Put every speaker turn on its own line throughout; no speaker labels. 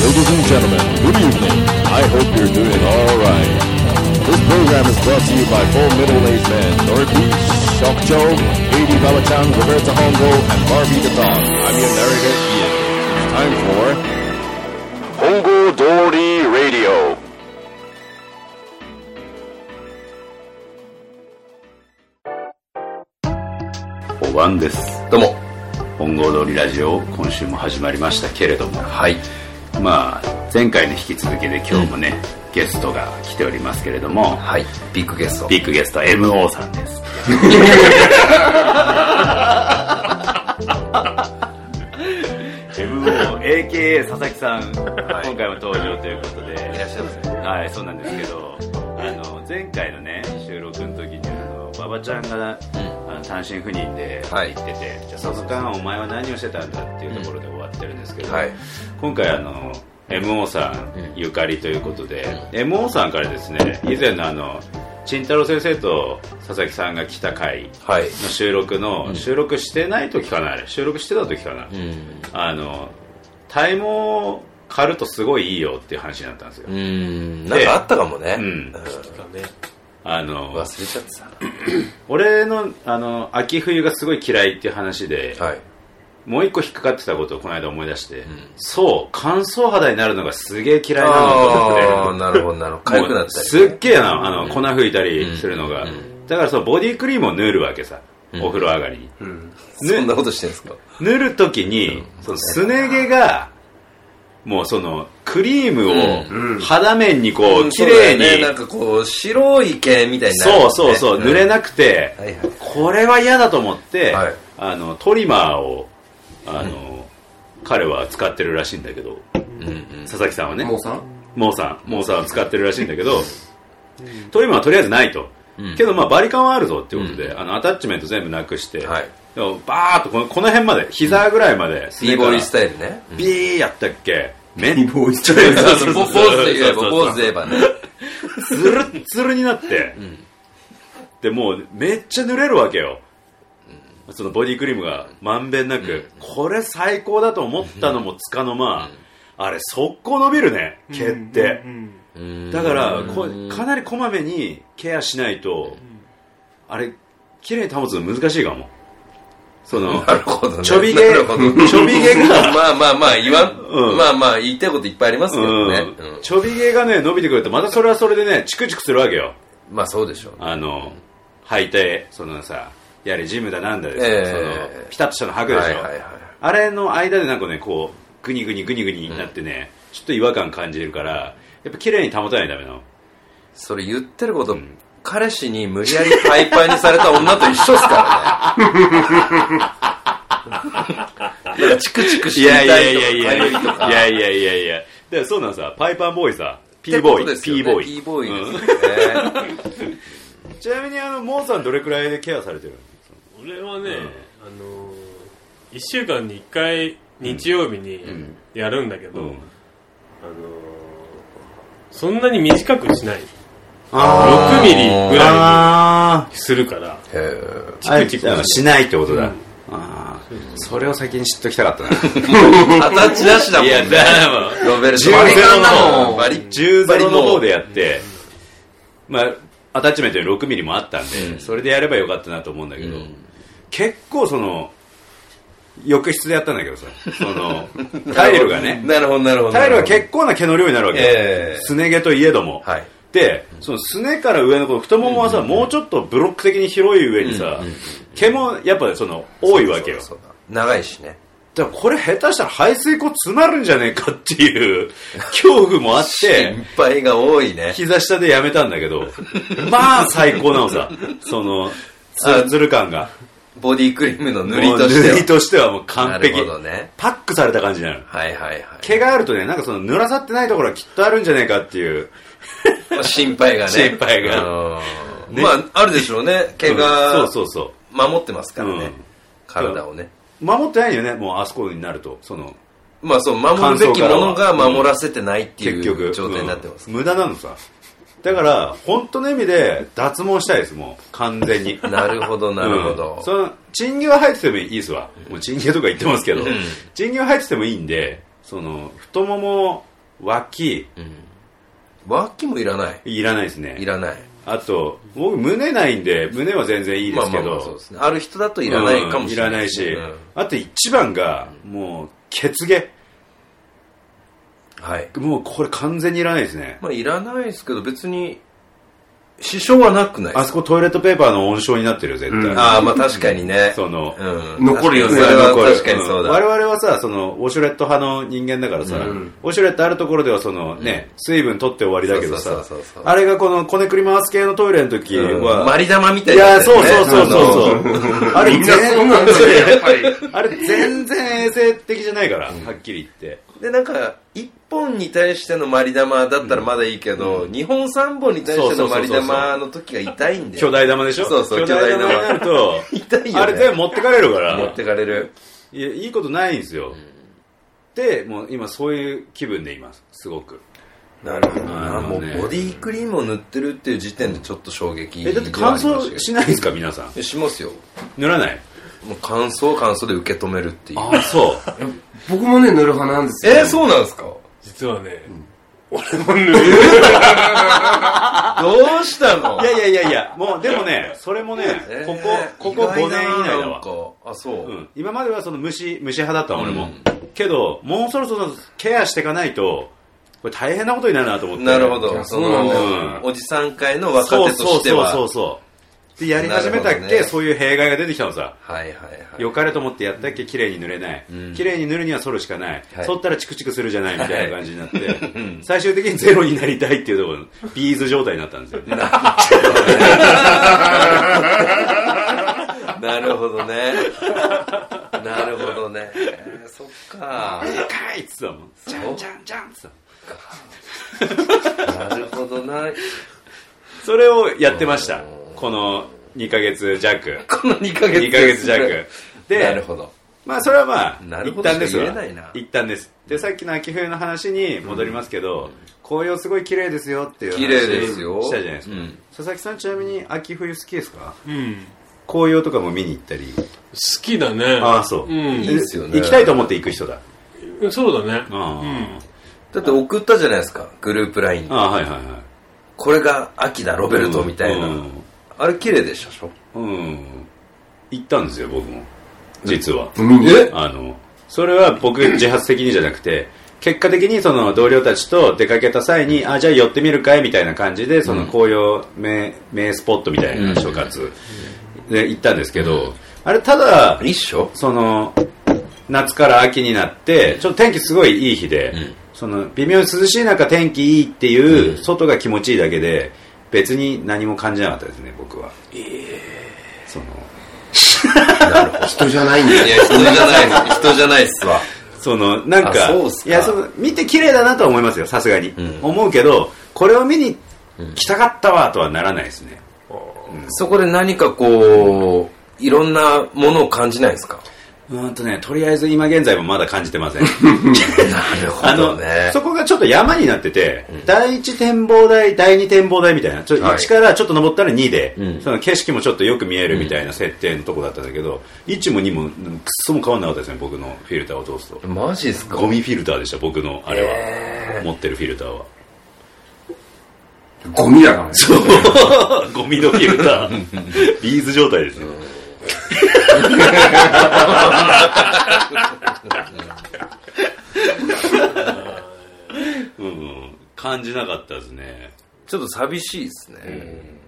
Ladies and gentlemen, good evening. I hope you're doing all right. This program is brought to you by four middle-aged men, Dorothy, Shock Joe, Haiti Balachan, Roberta Hongo, and Barbie the Dog. I'm your narrator, Ian. It's time for Hongo Dory Radio.
おばんです
どうも、
本郷通りラジオ今週も始まりましたけれども
はい、
まあ前回の引き続きで今日もね、ゲストが来ておりますけれども
はい、ビッグゲスト。
ビッグゲスト MO さんです MO AKA 佐々木さん、
い
今回も登場ということで
いらっしゃいませ
はいそうなんですけどあの前回のね収録の時にあの馬場ちゃんが、あの単身赴任で
は
行
い
ってて、じゃあその間お前は何をしてたんだっていうところで終わってるんですけど、
はい
今回あの MO さんゆかりということで、MO さんからですね以前のあの陳太郎先生と佐々木さんが来た回
はい
の収録の、収録してない時かなあれ収録してた時かな、
うん。
あの体毛を刈るとすごいいいよっていう話になったんですよ、
うん、なんかあったかもね。
うん
うん
あの
忘れちゃって
俺のあの秋冬がすごい嫌いっていう話で、
た。はい。
もう一個引っかかってたことをこの間思い出して、そう乾燥肌になるのがすげえ嫌いなのと思って
あ あ、なるほど、なるほど。かゆくなったり。
すっげえなあの、粉吹いたりするのが、だからそうボディクリームを塗るわけさ、お風呂上がりに、
そんなことしてんですか
塗るときに、そのすね毛がもうそのクリームを肌面にこう綺麗
そうだよね
に、
なんかこう、白い毛みたいになるよね。
そうそうそう、
ん
濡れなくて、
はいはい
これは嫌だと思って、
はい
あのトリマーをあの、彼は使ってるらしいんだけど、佐々木さんはね
モーさん
モーさんモーさんを使ってるらしいんだけどトリマーはとりあえずないと、けどまあバリカンはあるぞっていうことで、あのアタッチメント全部なくして、
はい
でもバーっとこのこの辺まで膝ぐらいまで、すね
ビー
から
ボーイスタイルね。
ビーやったっけめっ
リボーイス タイル
そうそ
ボ
うそう
坊主で言えば、坊主で言えばね。
つるっつるになって、でもうめっちゃ濡れるわけよ、そのボディクリームがまんべんなく、これ最高だと思ったのもつかの間、あれ速攻伸びるね毛って、だからこかなりこまめにケアしないと、あれ綺麗に保つの難しいかもそ の
なるほどね。
ちょび毛
なるほど
ちょび毛が
まあまあまあ、言わ
うん
ん、まあまあ、言いたいこといっぱいありますけどね。
う
うん
ん、ちょび毛がね伸びてくるとまたそれはそれでねチクチクするわけよ
まあそうでしょうね。
あの履いてそのさやはりジムだなんだでさ、
ええ
そのピタッとしたの履くでしょ、
はいはいはい
あれの間でなんかねこうグニグニグニグニになってね、ちょっと違和感感じるからやっぱ綺麗に保たないとダメなの
それ言ってること、彼氏に無理やりパイパイにされた女と一緒っすからね。なんかチクチク
い
し
や
た
い
い
やいやいやいや
とか、痒い
い
とか。
やいやいやいやだからそうなんさパイパンボーイさ P
ってこ
ボ
と
ー
で
イ
すよね
P ボーイ
P ボーイですよね。
ちなみにあのモーさんどれくらいでケアされてるの
俺はね、あの1週間に1回日曜日にやるんだけど、
うん
あのーそんなに短くしない
あ
6ミリぐら
あ
いにするから
へー
あ
チクチク
あしないってことだ、ああそれを先に知っときたか ったな
アタッチなしだも んね。ロベルト。バリカンだもん。バリ
10
バ
ゼ
リ
ロの
も
方
う
でやって、まあ、アタッチメントに6ミリもあったんで、それでやればよかったなと思うんだけど、結構その、浴室でやったんだけどさ、そ の、タイルがね、
なるほどなるほど。
タイルは結構な毛の量になるわけよ、
ええ
すね毛といえども。
はい
で、そのすねから上のこの太ももはさ、もうちょっとブロック的に広い上にさ、毛もやっぱその多いわけよ。
そうだ長いしね。
だからこれ下手したら排水口詰まるんじゃねえかっていう 恐怖もあって
心、配が多いね。
膝下でやめたんだけ ど、まあ最高なのさ、その、つるつる感が。
ボディクリームの塗り
もう
として
塗
は。
りとしてはもう完璧
なるほどね。
パックされた感じになる。
はいはいはい。
毛があるとね、なんかその濡らさってないところはきっとあるんじゃねえかっていう。
心配がね。
心配が
うん。まあ、あるでしょうね。毛
う
が
んそうそうそ
守ってますから
うん
ね。体をね。
う。守ってないよね、もうあそこになると。その、
まあそう、守るべきも
乾燥
のが
からは
守らせてないって
結
い
局。
う状態になってます。
うん無駄なのさ。だから、本当の意味で脱毛したいです、もう。完全に。
なるほ ど、なるほど
うん。その賃金は入っててもいいですわもう賃金とか言ってますけど賃金は入っててもいいんでその太もも脇
脇もいらない。
いらないですね
いらない。
あと僕胸ないんで胸は全然いいで
まあ
すけ
まあ
ど、
まあそうですね。ある人だといらないかもしれ
うんいら
な
ないいし、
ですね。
あと一番がもう血毛
うんはい。
もうこれ完全にいらないですね
まあいらないですけど、別に、支障はなくない
あそこトイレットペーパーの温床になってるよ絶対、
うん
ああ、まあ確かにね。
その、
うん。
残るよね
それは
残る
確かにそう
うん
だ。
我々はさそのウォシュレット派の人間だからさ、
うん
ウォシュレットあるところではそのね、水分取って終わりだけど
そう
さ
そうそうそう
あれがこのこねくり回す系のトイレの時は、
うんマリ玉みた
い
いなや
や
つ
そ
だよ
う
ね。
そうそうそう
あの
そうあれ
みん なそうなんだよ、やっぱり。
あれ全然衛生的じゃないから、はっきり言って。
でなんか1本に対してのマリ玉だったらまだいいけど、二2本3本に対してのマリ玉の時が痛いんだよ
巨大玉でしょ
そうそう
巨大
巨
玉
大
に
玉
なると、
痛いよね
あれ全部持ってかれるか
持
ら
っ、てかれる
いや、いいことないんですよ。で、もう今そういう気分でいます、すごく。
なるほど
な
な、もうボディクリームを塗ってるっていう時点でちょっと衝撃
え、だって乾燥
し
しないんですか、皆さん。
しますよ
塗らない
もう乾燥は乾燥で受け止めるっていう
あ、そう。
僕もね、塗る派なんですよ。
えー、そうなんですか
実はね、
どうしたの
いやいやいやいや、もうでもね、それもね、
えー
ここ、ここ5年以内だ
なん
わ。
かあそう、
うん、今まではその虫虫派だったの俺も、けどもうそろそろケアしていかないとこれ大変なことになるなと思って
なるほ
い
ど
や
そ
そうなんだよ
のおじさん会の若手としては
そうそうそうそうでやり始めたっ
なるほ
け、
どね
そういう弊害が出てきたのさ
はいはいはい
よかれと思ってやったっけ綺麗に塗れない、綺麗に塗るには剃るしかない、
はい
剃ったらチクチクするじゃないみたいな感じになって、最終的にゼロになりたいっていうところビーズ状態になったんです よ
なるほ どね。なるほどね。えーそっか。
かいっつってたもんじゃんじゃんじゃんっつってた
なるほどな。
それをやってましたこの2ヶ月弱
この2ヶ月。
2ヶ月弱。
なる
で
ほど。
まあそれはま
な
あ
る
一
ほど
旦ですわ
しか言えないな
一旦ですでさっきの秋冬の話に戻りますけど、紅葉すごい綺麗ですよっていう話
綺麗ですよ。
したじゃないですか、
うん
佐々木さんちなみに秋冬好きですか
うん、
紅葉とかも見に行ったり
好きだね。
ああそう、
うん
いいですよね
行きたいと思って行く人だ
そうだね。
ああ
だって送ったじゃないですか。グループラインに。
ああはいはいはい
これが秋だ、ロベルトみたいな
うん。
あれ綺麗でしたでしょ
うん行ったんですよ僕も実は
見に
え
あの、それは僕自発的にじゃなくて、結果的にその同僚たちと出かけた際に、あ、じゃあ寄ってみるかいみたいな感じで、その紅葉名、名スポットみたいな所轄で行ったんですけど、あれただ、
一緒
その、夏から秋になって、ちょっと天気すごいいい日で、その、微妙に涼しい中天気いいっていう、外が気持ちいいだけで、別に何も感じなかったですね、僕は。その、
人じゃないんだ
い
よ。
や、人じゃないです。 人じゃないっすわ。
そのなんか
あそうっすか
いやその見て綺麗だなとは思いますよさすがに、思うけどこれを見に来たかったわとはならないですね、
そこで何かこう、いろんなものを感じないですか
うーんとねとりあえず今現在もまだ感じてませ ん
なるほ
あの
どね。
そこがちょっと山になってて、第一展望台第二展望台みたいなちょ
はい
1からちょっと登ったら2で、
うん
その景色もちょっとよく見えるみたいな設定のとこだったんだけど、1も2もくっそも変わんなかったですね僕のフィルターを通すと
マジですか
ゴミフィルターでした僕のあれは、持ってるフィルターは
ゴミだからね。
ゴミのフィルター。ビーズ状態ですよ。うんうん、感じなかったですね。
ちょっと寂しいですね。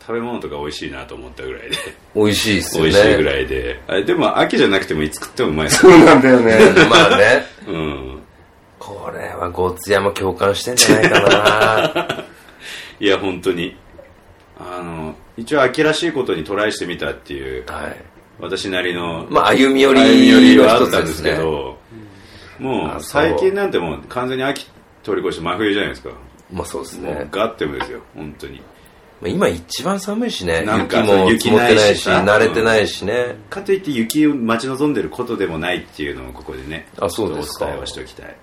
食べ物とか美味しいなと思ったぐらいで。
美味しいっすよ
美
ね。
味しいぐらいで。あでも秋じゃなくてもいつ食ってもうまいです
そうなんだよね。
まあね。
うん。
これはゴーツヤも共感してんじゃないかな
いや、本当に。あの、一応秋らしいことにトライしてみたっていう、
はい。
私なりの
まあ、歩み寄り
歩み寄りはあ
の
っ
一
たん
つで
です
す
け
ね。
ど、も
あ
う
そう
最近なんてもう完全に秋通り越して真冬じゃないですか。
まあそうです
もう
ね。
ガッテムですよ、本当に。
まあ今一番寒いしね。
なん
雪
か
も
雪
積もってな
ない
い
し
し、
さ
慣れてないしね。
かといって雪を待ち望んでることでもないっていうのをここでね、
あそうですか
お伝えはしておきたい。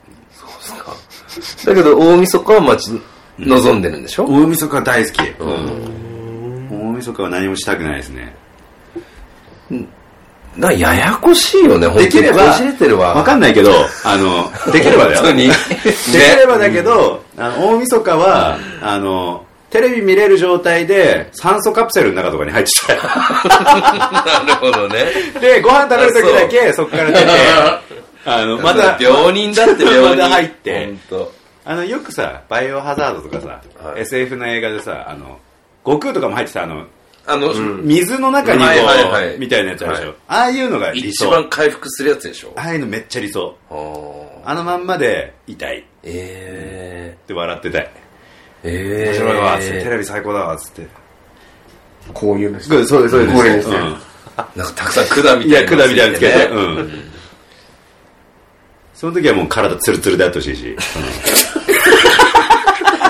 だけど大晦日は待ち望んでるんでしょ、
大晦日は大好き。大晦日は何もしたくないですね。
なややこしいよね、本当に
できれば
こじれてるわ。
わかんないけど、あ の、できればだよ。
本当に。ね
できればだけど、あの大晦日は、あの、テレビ見れる状態で酸素カプセルの中とかに入って
なるほどね。
たで、ご飯食べる時だけそこから出て、あの、また、
病人だって病人。
また入って
本当。
あの、よくさ、バイオハザードとかさ、
はい
SF の映画でさ、あの、悟空とかも入ってた、あの、
あの、
水の中にこう、
はいはいはい
みたいなやつあるでしょ。
はい
ああいうのが理
一
想。
番回復するやつでしょ。
ああいうのめっちゃ理想。
あー
あのまんまで、痛いっ
え
て笑ってたい。
ー、えー。
面白いわ、つって、テレビ最高だわ、つって。
こういうのです。
そうです、そう
です
これです。
なんかたくさん管み
い
た
や、
い
管
なの
みたいにつけて、
ね
うん。その時はもう体ツルツルであってほしいし。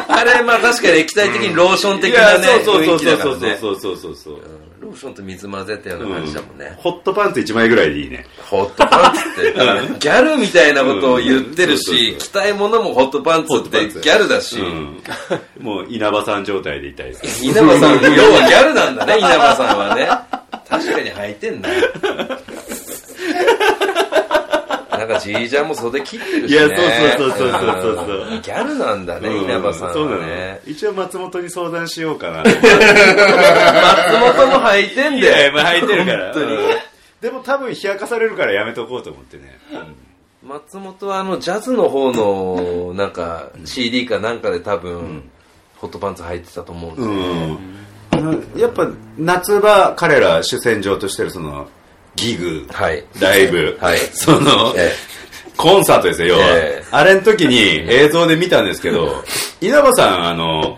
あれ、まあ確かに液体的にローション
い
的
や
なね、雰囲気だからね。
そうそうそうそうそうそう。
ローションと水混ぜたような感じだもんね。
ホットパンツ1枚ぐらいでいいね。
ホットパンツって、ギャルみたいなことを言ってる
う
し
ん、
着たいものもホットパンツってギャルだし
う、ん。もう稲葉さん状態でいたいです。
稲葉さん、要はギャルなんだ ね、稲葉さんはね。確かに履い てんな。なんかじいちゃんも袖切ってるし、ね。
いやそうそうそうそうそうそうそうん
ギャルなんだね、
うん
稲葉さん
そうな
は
の
ね。
一応松本に相談しようかな。
松本も履いてん
いや
だ
いや
よ。
まあ履いてるから。
本当に
うんでも多分冷やかされるからやめとこうと思ってね。
松本はあのジャズの方のなんか CD かなんかで多分ホットパンツ履いてたと思うん
う
ですよ、
ん。あのやっぱ夏場彼ら主戦場としてるそのギグ、
はい
ライブ、
はい
その、
え
コンサートですよ、要は。
ええ
あれの時に映像で見たんですけど、稲葉さん、あの、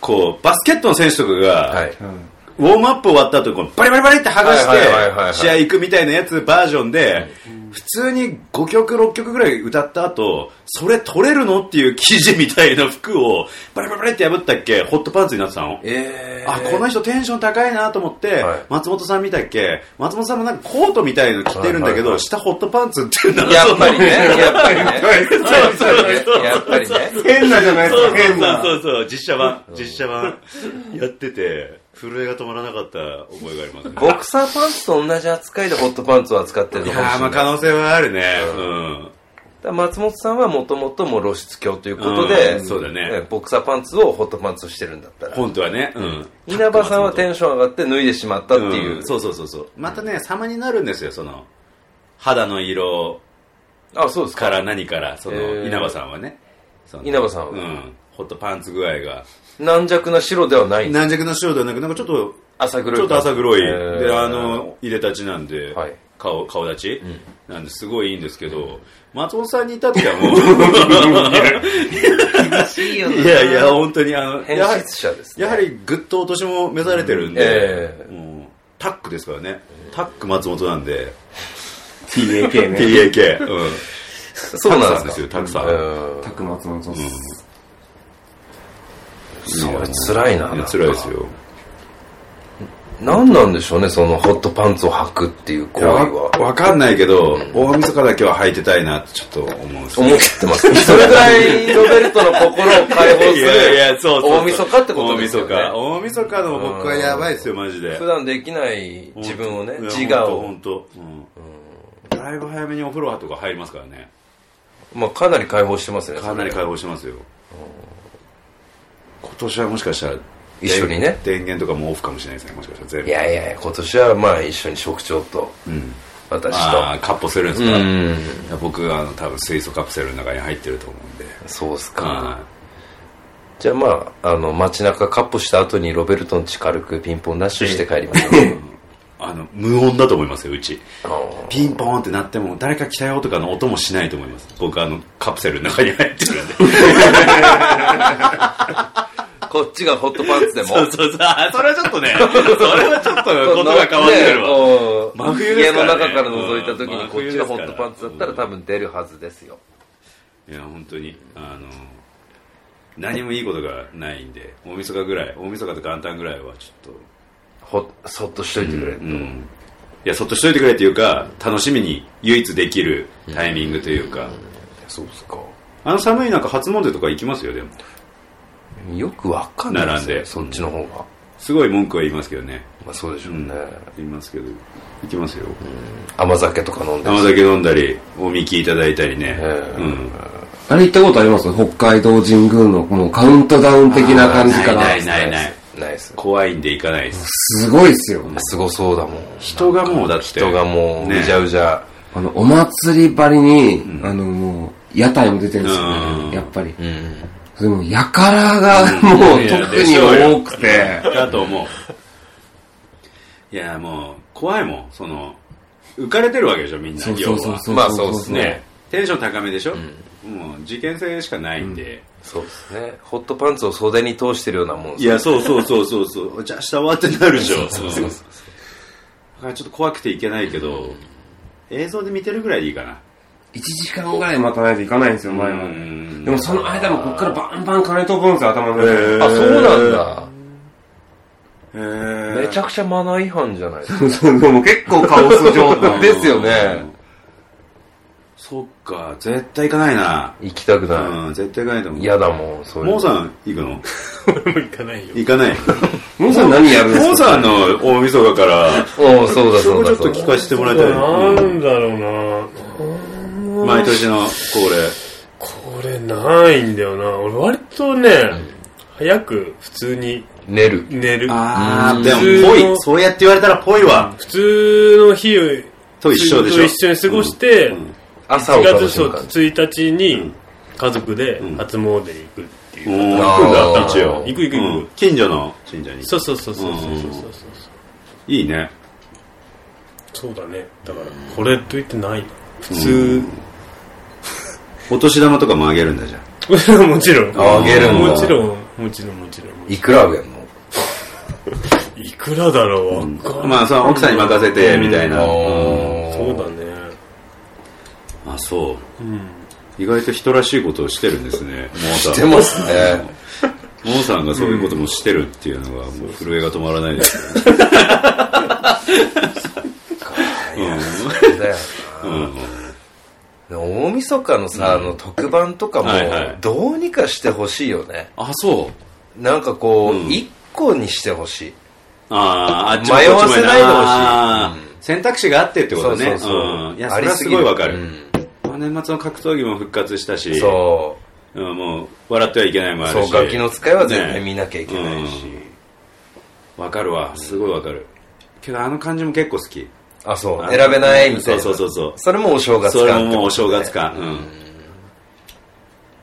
こう、バスケットの選手とかが、
えはい
ウォームアップ終わった後、こうバリバリバリって剥が
はいはいはいはいは
し
い
て、試合行くみたいなやつバージョンで、普通に5曲、6曲ぐらい歌った後、それ取れるのっていう記事みたいな服を、バリバリバリって破ったっけ、ホットパンツになってたの。
えー
あこの人テンション高いなと思って、
はい
松本さん見たっけ松本さんもなんかコートみたいの着てるんだけど、
はいはいはい
下ホットパンツっていうの
やっぱ りねやっぱりね
そうそうそう
やっぱりね
変なじゃないです
そう
か、
そう
変な。
そうそう実写版実写版やってて震えが止まらなかった覚えがありますね
ボクサーパンツと同じ扱いでホットパンツを扱ってる
い
の
やー
かもしれ
ま
な
あ
い
可能性はあるねうん
だから松本さんはもともともう露出狂ということで、
うんそうだね
ボクサーパンツをホットパンツとしてるんだったら
本当はねうん
稲葉さんはテンション上がって脱いでしまったっていう、
うんそうそうそうそうまたね様になるんですよその肌の色
あそうですか
から何からそ
へ
の
ー
稲葉さんはねその
稲葉さんは
うんホットパンツ具合が
軟弱な白ではないんだ
軟弱な白ではなくなんかちょっと
朝黒い
ちょっと朝黒い、
へー
であのいでたちなんで、
はい
顔顔立ち、なんですごいいいんですけど、松本さんに至ってはもういやいや本当にあの
変
やはり
質者です、ね、
やはりぐっとお年も召されてるんで、
ええ
もうタックですからねタック松本なんで
TAK ね。
TAK、うん、
そうなんです
たくさんですよたくさん、
よ
たくまつもそうっす。
それ辛いな
や辛いですよ
何なんでしょうねそのホットパンツを履くっていう行為
わ
は
わかんないけど大晦日だけは履いてたいなってちょっと思うんですよ
思ってます それぐらいロベルトの心を解放す
い
る
やいや、そうそうそう
大晦日ってことですよね
大晦日。大晦日の僕はやばいですよ、マジで。
普段できない自分をね
いや
自我を、
本当本当うん。だいぶ早めにお風呂とか入りますからね。
まあ、かなり解放してますね
かなり
それ
解放してますよ。今年はもしかしたら、
一緒にね
電源とかもオフかもしれないですね、もしかしたら全部。
いやいやいや今年はまあ一緒に職長と
うん。
私と
ああ、カッポするんです
う
か、い
ん
や僕はあの多分水素カプセルの中に入ってると思うんで。
そうっす
は
かじゃあまああの街中カッポした後にロベルトン家軽くピンポンダッシュして帰りましょう
いあの、無音だと思いますよ、うち。
あの
ピンポーンって鳴っても誰か来たよとかの音もしないと思います僕あのカプセルの中に入ってるんで
こっちがホットパンツでも
そうそうそうあそれはちょっとねそれはちょっとことが変わってるわ、
わ
真冬ですからね
家の中から覗いた時
う
に
ん
こっちがホットパンツだっ
真冬ですか
たら
ら
多分出るはずですよ
いや本当にあの何もいいことがないんで大晦日ぐらい大晦日と元旦ぐらいはちょっ
ほそっとしといてくれる
とうんいやそっとしといてくれっていうか楽しみに唯一できるタイミングというか、
そうですか
あの寒い中初詣とか行きますよでも
よくわかんない
並んで
そっちの方が
すごい文句は言いますけどね
まあそうでしょうね、
言いますけど行きますよ
甘酒とか飲んで
生酒飲んだりおみきいただいたりね、
うん
うん、
あれ行ったことあります北海道神宮のこのカウントダウン的な感じか
あー
ら
ない。ないない
ないです
怖いんで行かないです
すごいっすよ。
すごそうだもん
人がもうだって
人がもう
ね
うじゃうじゃ、
あの、お祭りばりに、あの、もう、屋台も出てるんですよ
うん
ね。やっぱり。
うん
それも、やからがもう
いや
特に多くて。
だと思ういやもう怖いもんその浮かれてるわけでしょみんな
そうそうそうそう。
まあそうっす
要はねテンション高めでしょ、もう事件性しかないんで、
そうですねホットパンツを袖に通してるようなもん
いやそうそうそうそうそうじゃあ明日終わってなるでしょそうだからちょっと怖くていけないけど、映像で見てるぐらいでいいかな
1時間ぐらい待たないといかないんですよ、前ま
う
で。
ん
でもその間もこっからバンバン金飛ぶんですよ、頭の中
へ
で。
あそうなんだ、
へー
めちゃくちゃマナー違反じゃないですか
そうでも結構カオス状態。
ですよね
そっか絶対行かないな
行きたくな
うん絶対行かないと思
いう嫌だもんそういう
モー
の
さん行くの
俺も行かないよ
行かない
モンさん何やるんです
モ
か
ーさんの大晦日から
おうそうだ
そ
そ
こちょ
うだ
っ
そ
と
うだ
聞かせてもらいたい
なんだろうな
うん毎年の恒例
これないんだよな俺割とね、早く普通に
寝る
寝る
あ
ー
でも
普
ぽ
通の
いそうやって言われたらぽいわ
普通の日を
と一緒でしょ
と一緒に過ごして、
うん
朝
4
を楽
月
しむ感じ
1日に家族で初詣に行くっていう、
うん
あー
行くんだ一応
行く行く行く
うん近所の神社に
そうそうそうそうそうそうそうそう
いいね
そうだねだからこれといってないな普通
お年玉とかもあげるんだじゃん
もちろん
あげるんだ
もちろんもちろんもちろん
いくらあげんの
いくらだろう、わかん
まあさ奥さんに任せてみたいなうん
おー
そうだね
あそう意外と人らしいことをしてるんですねモーさん
してますね
モーさんがそういうこともしてるっていうのがもう震えが止まらないですね
だよ大晦日のさ、あの特番とかも
はいはい
どうにかしてほしいよね
あそう
なんかこ
うん
う一個にしてほしい
あーあっち
迷わせないでほしい
ほしい選択肢があってってことね
そうそうそう
うんいやそ
あ
れ
り
はす
すぎ
ご
る
いわかる
うん
まあ年末の格闘技も復活したし
そ
うんもう笑ってはいけないも
う
あ
そ
る
う
し
楽器の使いは絶対
ね
見なきゃいけないし、
わかるわすごいわかるけどあの感じも結構好き
あそう選べないみたいな
そうそうそうそう
それもお正月
そ
感
れももうお正月かうん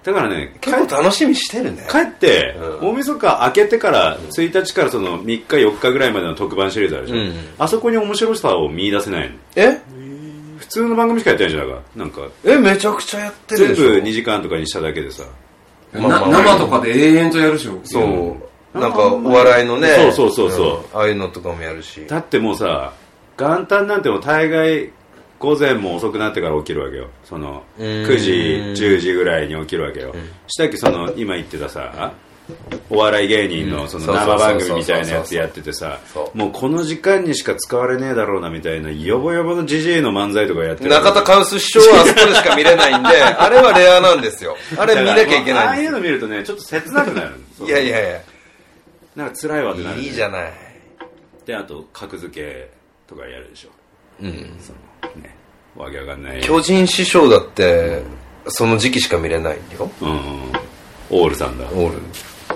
だからね
結構楽しみしてるね
帰って、
うん
大晦日明けてから1日からその3日4日ぐらいまでの特番シリーズあるでしょ、
うん
あそこに面白さを見出せないの
え
普通の番組しかやってないじゃんだからなんか
えめちゃくちゃやってる
全
で
部
しょ
2時間とかにしただけでさ
まあまあ
な生とかで永遠とやるでしょ。
そうなんかお笑いのね
そうそうそうそ
んああいうのとかもやるし
だってもうさ元旦なんてもう大概午前も遅くなってから起きるわけよその
うーん
9時10時ぐらいに起きるわけよしたっけその今言ってたさお笑い芸人
う
の
ん
その
そうそう
生番組みたいなやつやっててさ
そう
もうこの時間にしか使われねえだろうなみたいなヨボヨボのジジイの漫才とかやってる
中田カウス師匠はあそこでしか見れないんであれはレアなんですよあれ見なきゃいけ
だからもうあ
な
あ
い
い
ん
う
で
の見るとねちょっと切なくな る
すいやいやい
なんか辛いわってな
や
る
いいじゃない
であと格付けとかやるでしょ
うん
ねわけわかんない
巨人師匠だってその時期しか見れないんだよ
うんうんオールさんだ
オール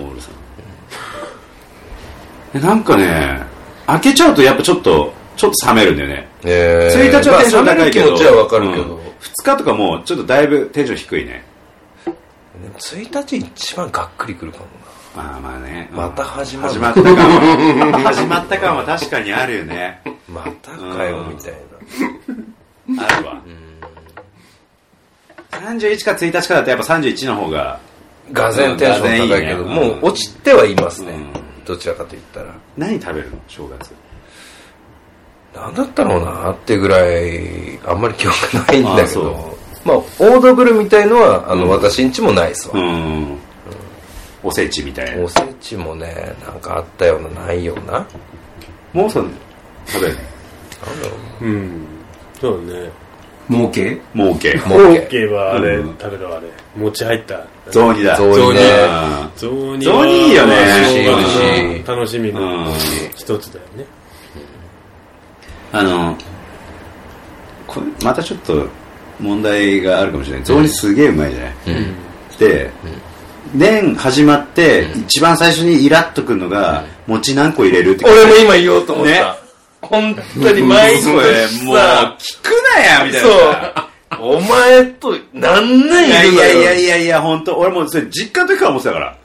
オールさんえなんかね開けちゃうとやっぱちょっとちょっと冷めるんだよね
え
1日はテンション
まあ
高いけど、
冷める気持ちはわかるけど、
2日とかもうちょっとだいぶテンション低いね
でも1日一番がっくりくるかも
まあまあね
また始まる
始まった感は始まった感は確かにあるよね
なまたかよみたいな
あるわ31か1日かだとやっぱ31の方が
がぜんテンション高いけど
うん
もう落ちてはいますね、
うん
どちらかといったら
何食べるの正月
なんだったろうなってぐらいあんまり記憶ないんだけ
あ
どまあオードブルみたいのはあの、私んちもないっすわ、
うんおせちみたいな
おせちもねなんかあったようなないような
もうその食べる
うんそうだね
儲け
儲け
儲
オッケーはあれ
う
食べろあれ餅入った
雑煮だ
雑煮ね
だ
雑煮
雑煮いいよね
正
美味し
月の楽しみの
うん
一つだよね
あのこれまたちょっと問題があるかもしれない雑煮すげえうまいじゃない、で、年始まって一番最初にイラっとくるのが、餅何個入れるって
俺も今言おうと思った。
ね
本当に毎年
それもう
さ、
聞くなやみたい
そ
な
う。お前と何年
いや
いる
い
の
や
よ。
いやいやいや本当俺もうそれ実家の時から思ってたから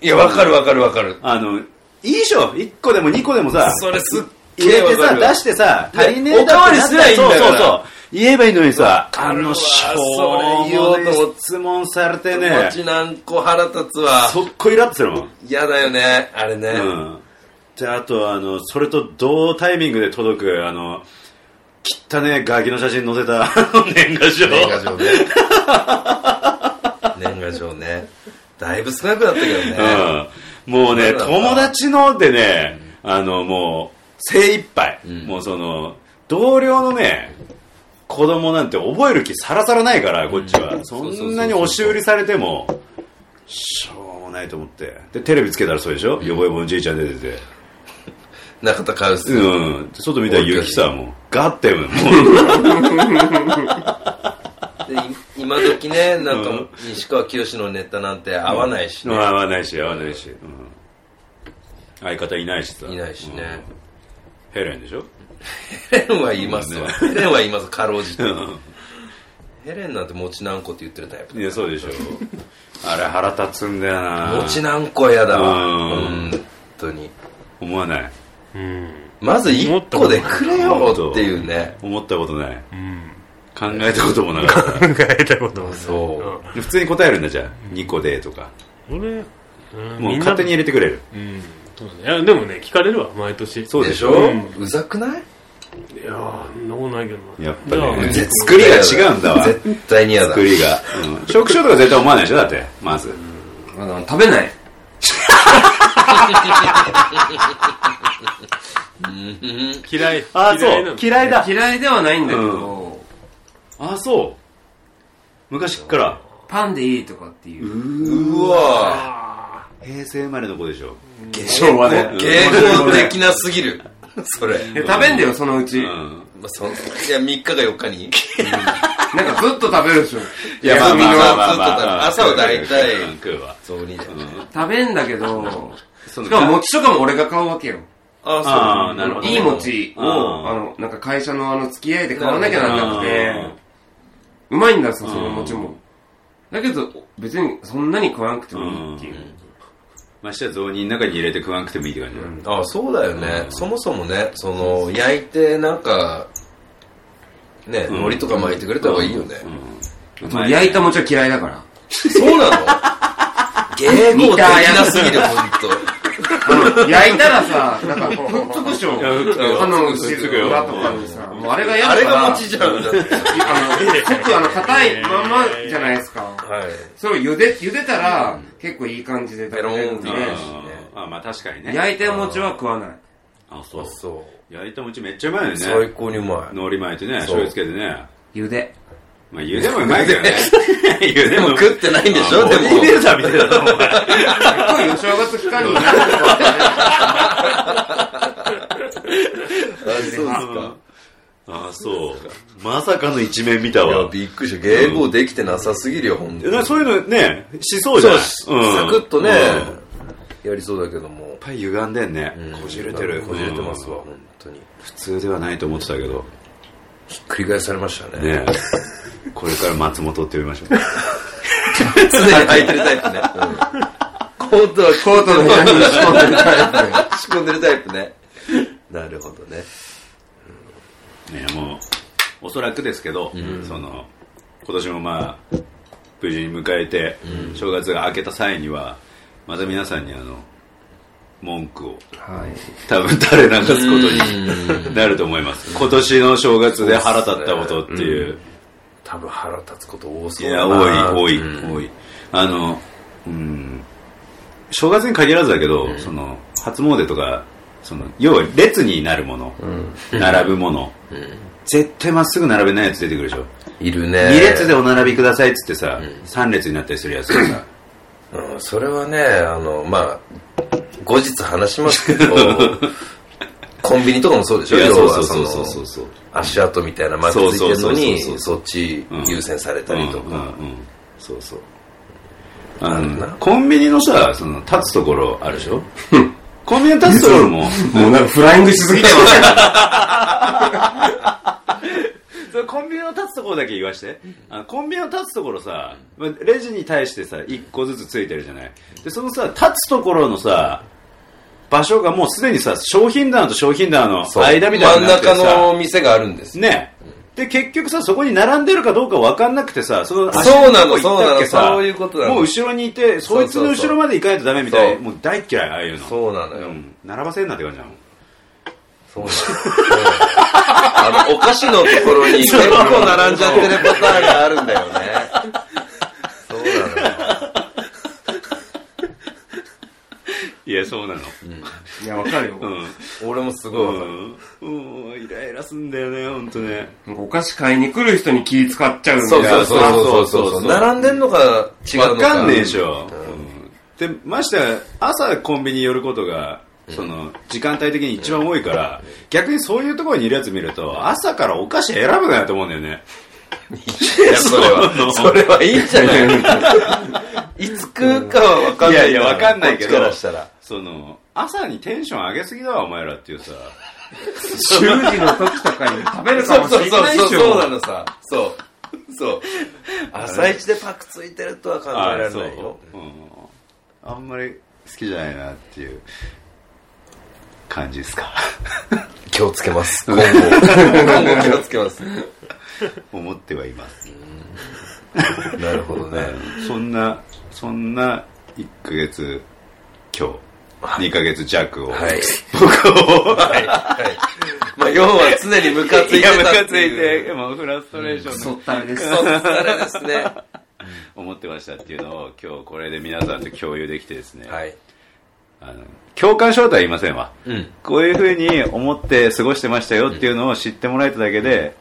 いや、わかるわかるわかる。
あのいいでしょ1個でも2個でもさ
それすっ
入
げえ
れ
わ
て
か
さ
る。
出してさ
ね
足りねえだってなったら
おかわりすりゃいいんだから
そうそうそう言えばいいのにさあのし
それ
ょ
言おうと
う
思
も
っ
質問されてね
餅何個腹立つわ。
速攻イラってするもん
嫌だよね、あれね。
うんであとあのそれと同タイミングで届くあの汚ねガキの写真載せた年賀状
年賀状 ね。年賀状ね。だいぶ少なくなったけどね。
うん、もうね
そうだった
友達のでねあのもう精一杯、もうその同僚のね子供なんて覚える気さらさらないからこっちは、そんなに押し売りされてもしょうもないと思ってでテレビつけたらそうでしょ、よぼよぼのじいちゃん出てて
中田カウス。
うんで外見たら雪さもうガッてもう
でい今時ね、なん
う
か
ん
西川きよしのネタなんて合わないしね。
合わないし合わないし、うん相方いないしさ
いないしね
うんヘレンでしょ
ヘレンはいますわ。ヘレンはいます、かろうじて。
う
ヘレンなんて餅何個って言ってるタイプ
んいやそうでしょあれ腹立つんだよな
餅何個は嫌だわ
うん
本当に
思わない
うん
まず1個でくれよっていうね
思ったことない
うん
考えたこともなかっ
考えたこともそ
そう
た普通に答えるんだじゃあ2個でとか
うん俺
もう勝手に入れてくれる
うんそうねいやでもね聞かれるわ毎年
そう
で
で
し
し
ょ
ょ
うざくない
いやーそんなことないけどな
やっぱね
じゃあ
作りが違うんだわ
絶対に嫌だ
作りが、うん、食所とか絶対思わないでしょだってまず
あの食べない。
嫌い
あそ
嫌いな
う
の
嫌いだ
嫌いではないんだけど、
あそう昔っから
パンでいいとかっていう。
うわ
平成生まれの子でしょ
ぁ
昭和ね
芸能的なすぎるそれ
いや食べんだよ、そのうち。
う
なん
まあそいや3日か4日に
かずっと食べるでしょ。
いや
休みの朝は大体
うん食うわ
そうに
食べんだけど、
その
しかも餅とかも俺が買うわけよ。
あ
あ
あなるほど
いい餅を、
うん
あの、なんか会社のあの、付き合いで買わなきゃなんなくて、うまいんださ、その餅も。だけど、別にそんなに食わなくてもいいっていう。
ましてや雑煮の中に入れて食わなくてもいいって感じだ、
そうあそうだよねそもそもねその焼いてなんかね海苔とか巻いてくれた方がいいよね
うん
そう焼いた餅は嫌いだから。
そうなの芸能的なすぎる本当。
あの焼いたらさ、 なんかこう、ふっつくしょ。
やふっつくよ
歯の後
ふっつく
ろ
よ
裏とかにさ、もうあれが嫌
あ
だ
れ
か
が
ら、
餅じゃんだって。
あの、すごくあの、硬いまんまじゃないですか。
はい。
それを茹で、茹でたら、結構いい感じで食べれるんで
ペロンって、
ああまあ確かにね
焼いた餅は食わない。
あそう
そ
焼いた餅めっちゃうまいよ
う。
ね
最高にうまい。
海苔巻いてね
そう
醤油つけてね
茹で。
まあ茹でもうまいけどね茹で
でも 食ってないんでしょ
あ
で
ボディービ
も。
ルダーみたいだなお 前
結構お正月期間になるとかね。
あ、そうですか。
ああそうまさかの一面見た
いや、
わ
びっくりした。芸語できてなさすぎるよ、ほんと
え
に。
な
そう、
そういうのねしそうじゃない
サクッとね
うんやっ、
やりそうだけども。
ぱり歪んでんね
うん
こじれてる
こじれてますわ、
うん
本当に。
普通ではないと思ってたけど
ひっくり返されましたね。
ねこれから松本って呼びましょう
常に履いてるタイプね。コートはコートの部屋に仕込んでるタイプ。仕込んでるタイプね。なるほどね。
ね、もうおそらくですけど、その今年もまあ無事に迎えて、正月が明けた際にはまた皆さんにあの文句を
はい。
多分垂れ流すことになると思います今年の正月で腹立ったことっていう
多分腹立つこと多そ
いうや
だな
多い多い、
うん
多いあのうん正月に限らずだけど、その 初詣とかその要は列になるもの、並ぶもの、絶対まっすぐ並べないやつ出てくるでしょ、
いる
二
ね。
2列でお並びくださいっつってさ、三3列になったりするやつがさ
うん、それはね、あの、まあ、後日話しま すけど、コンビニとかも そうでしょ、
いや
要
そうそ
は
う
そ
そう
の
そうそうそう
足跡みたいなマークついてるのに
そうそうそうそう、
そっち優先されたりと
うんうん
か。
うんそうそう
あ
あ
るな
のコンビニのさその立つところあるでし ょコンビニの立つところも
もうなんかフライングしすぎてますね。
それコンビニの立つところだけ言わしてあのコンビニの立つところさまあレジに対してさ1個ずつついてるじゃないでそのさ立つところのさ場所がもうすでにさ商品棚と商品棚の
そう
間みたいになって
真
さ
ん中の店があるんですよ。
ねで結局さそこに並んでるかどうか分かんなくてさその
そうなの
足どこ行ったっけさ
そうなのそういうことなの
もう後ろにいて
そう
そ
そ
いうつ
そう
の後ろまで行かないとダメみたい
そう
もう大っ嫌いああいうの
そうなのよ。
ん並ばせんなって感じなの
そうなんだあの、お菓子のところに結構並んじゃってるパターンがあるんだよね。そうなのよ。
いやそうなの
いや、わかるよ。
う
なん
ん
俺もすごいわかる。
うんうんイライラすんだよね本当ね
かお菓子買いに来る人に気使っちゃうんだ
そうそ
よ
うそうそう
そうそうそう
並んでんのか違うのか。
わかんねえでしょ、うんでまして朝コンビニ寄ることがその時間帯的に一番多いから、逆にそういうところにいるやつ見ると朝からお菓子選ぶなよと思うんだよね
いやそれは、それはいいんじゃない いつ食うかはわかんない
いやいやわかんないけど
こっちからしたら。
その朝にテンション上げすぎだわお前らっていうさ
10時の時とかに食べるか
そ
も
うそう
しれ
そう
な
そ
いで
う、
し
そう
ょ
な。のさ。そう。 そう。朝一でパクついてるとは考えられないよ。
う、うん、あんまり好きじゃないなっていう感じですか
気をつけます。 今後。今後気をつけます。
思ってはいます
なるほどね。
そんなそんな1ヶ月今日2ヶ月弱を、
はい。僕を。はい。はい。まあ、要は常にムカついてた
ムカ
っていう。
もうフラストレーションの
そったらです。
そう、あれですね。
思ってましたっていうのを今日これで皆さんと共有できてですね、
はい。
あの共感症とは言いませんわ、
うん
こういうふうに思って過ごしてましたよっていうのを知ってもらえただけで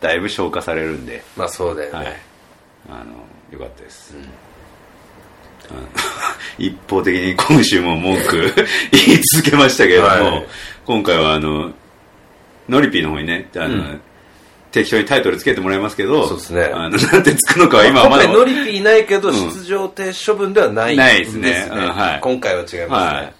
だいぶ消化されるんで、
まあ、そうだよ
は
ね
い。、あのよかったです、あの 一方的に今週も文句 言い続けましたけれども、
はい
今回はあのノリピーの方にねあの、
うん
適当にタイトルつけてもらいますけど
そうですね
あのなんてつくのかは今は
今
まだ
回ノリピーいないけど、
ん
出場停止処分ではない。
ないですねうんはい
今回は違います
は
ね。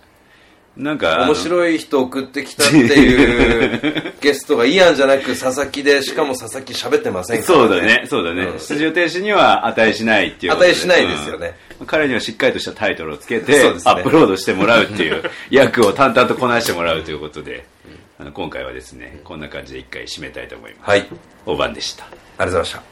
い。なんか、
面
い。
白い人送ってきたっていうゲストがイアンじゃなく佐々木で、しかも佐々木喋ってませんから
そうだね、そうだね。
うん
出場停止には値しないっていうこと
値しないですよね。
うん彼にはしっかりとしたタイトルをつけて、
そうですね
アップロードしてもらうっていう、役を淡々とこなしてもらうということで、あの今回はですね、こんな感じで一回締めたいと思います。
はい。ありがと
おばんでした。
うございました。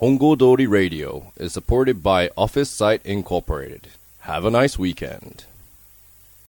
Hongo Dori Radio is supported by Office Site Incorporated. Have a nice weekend.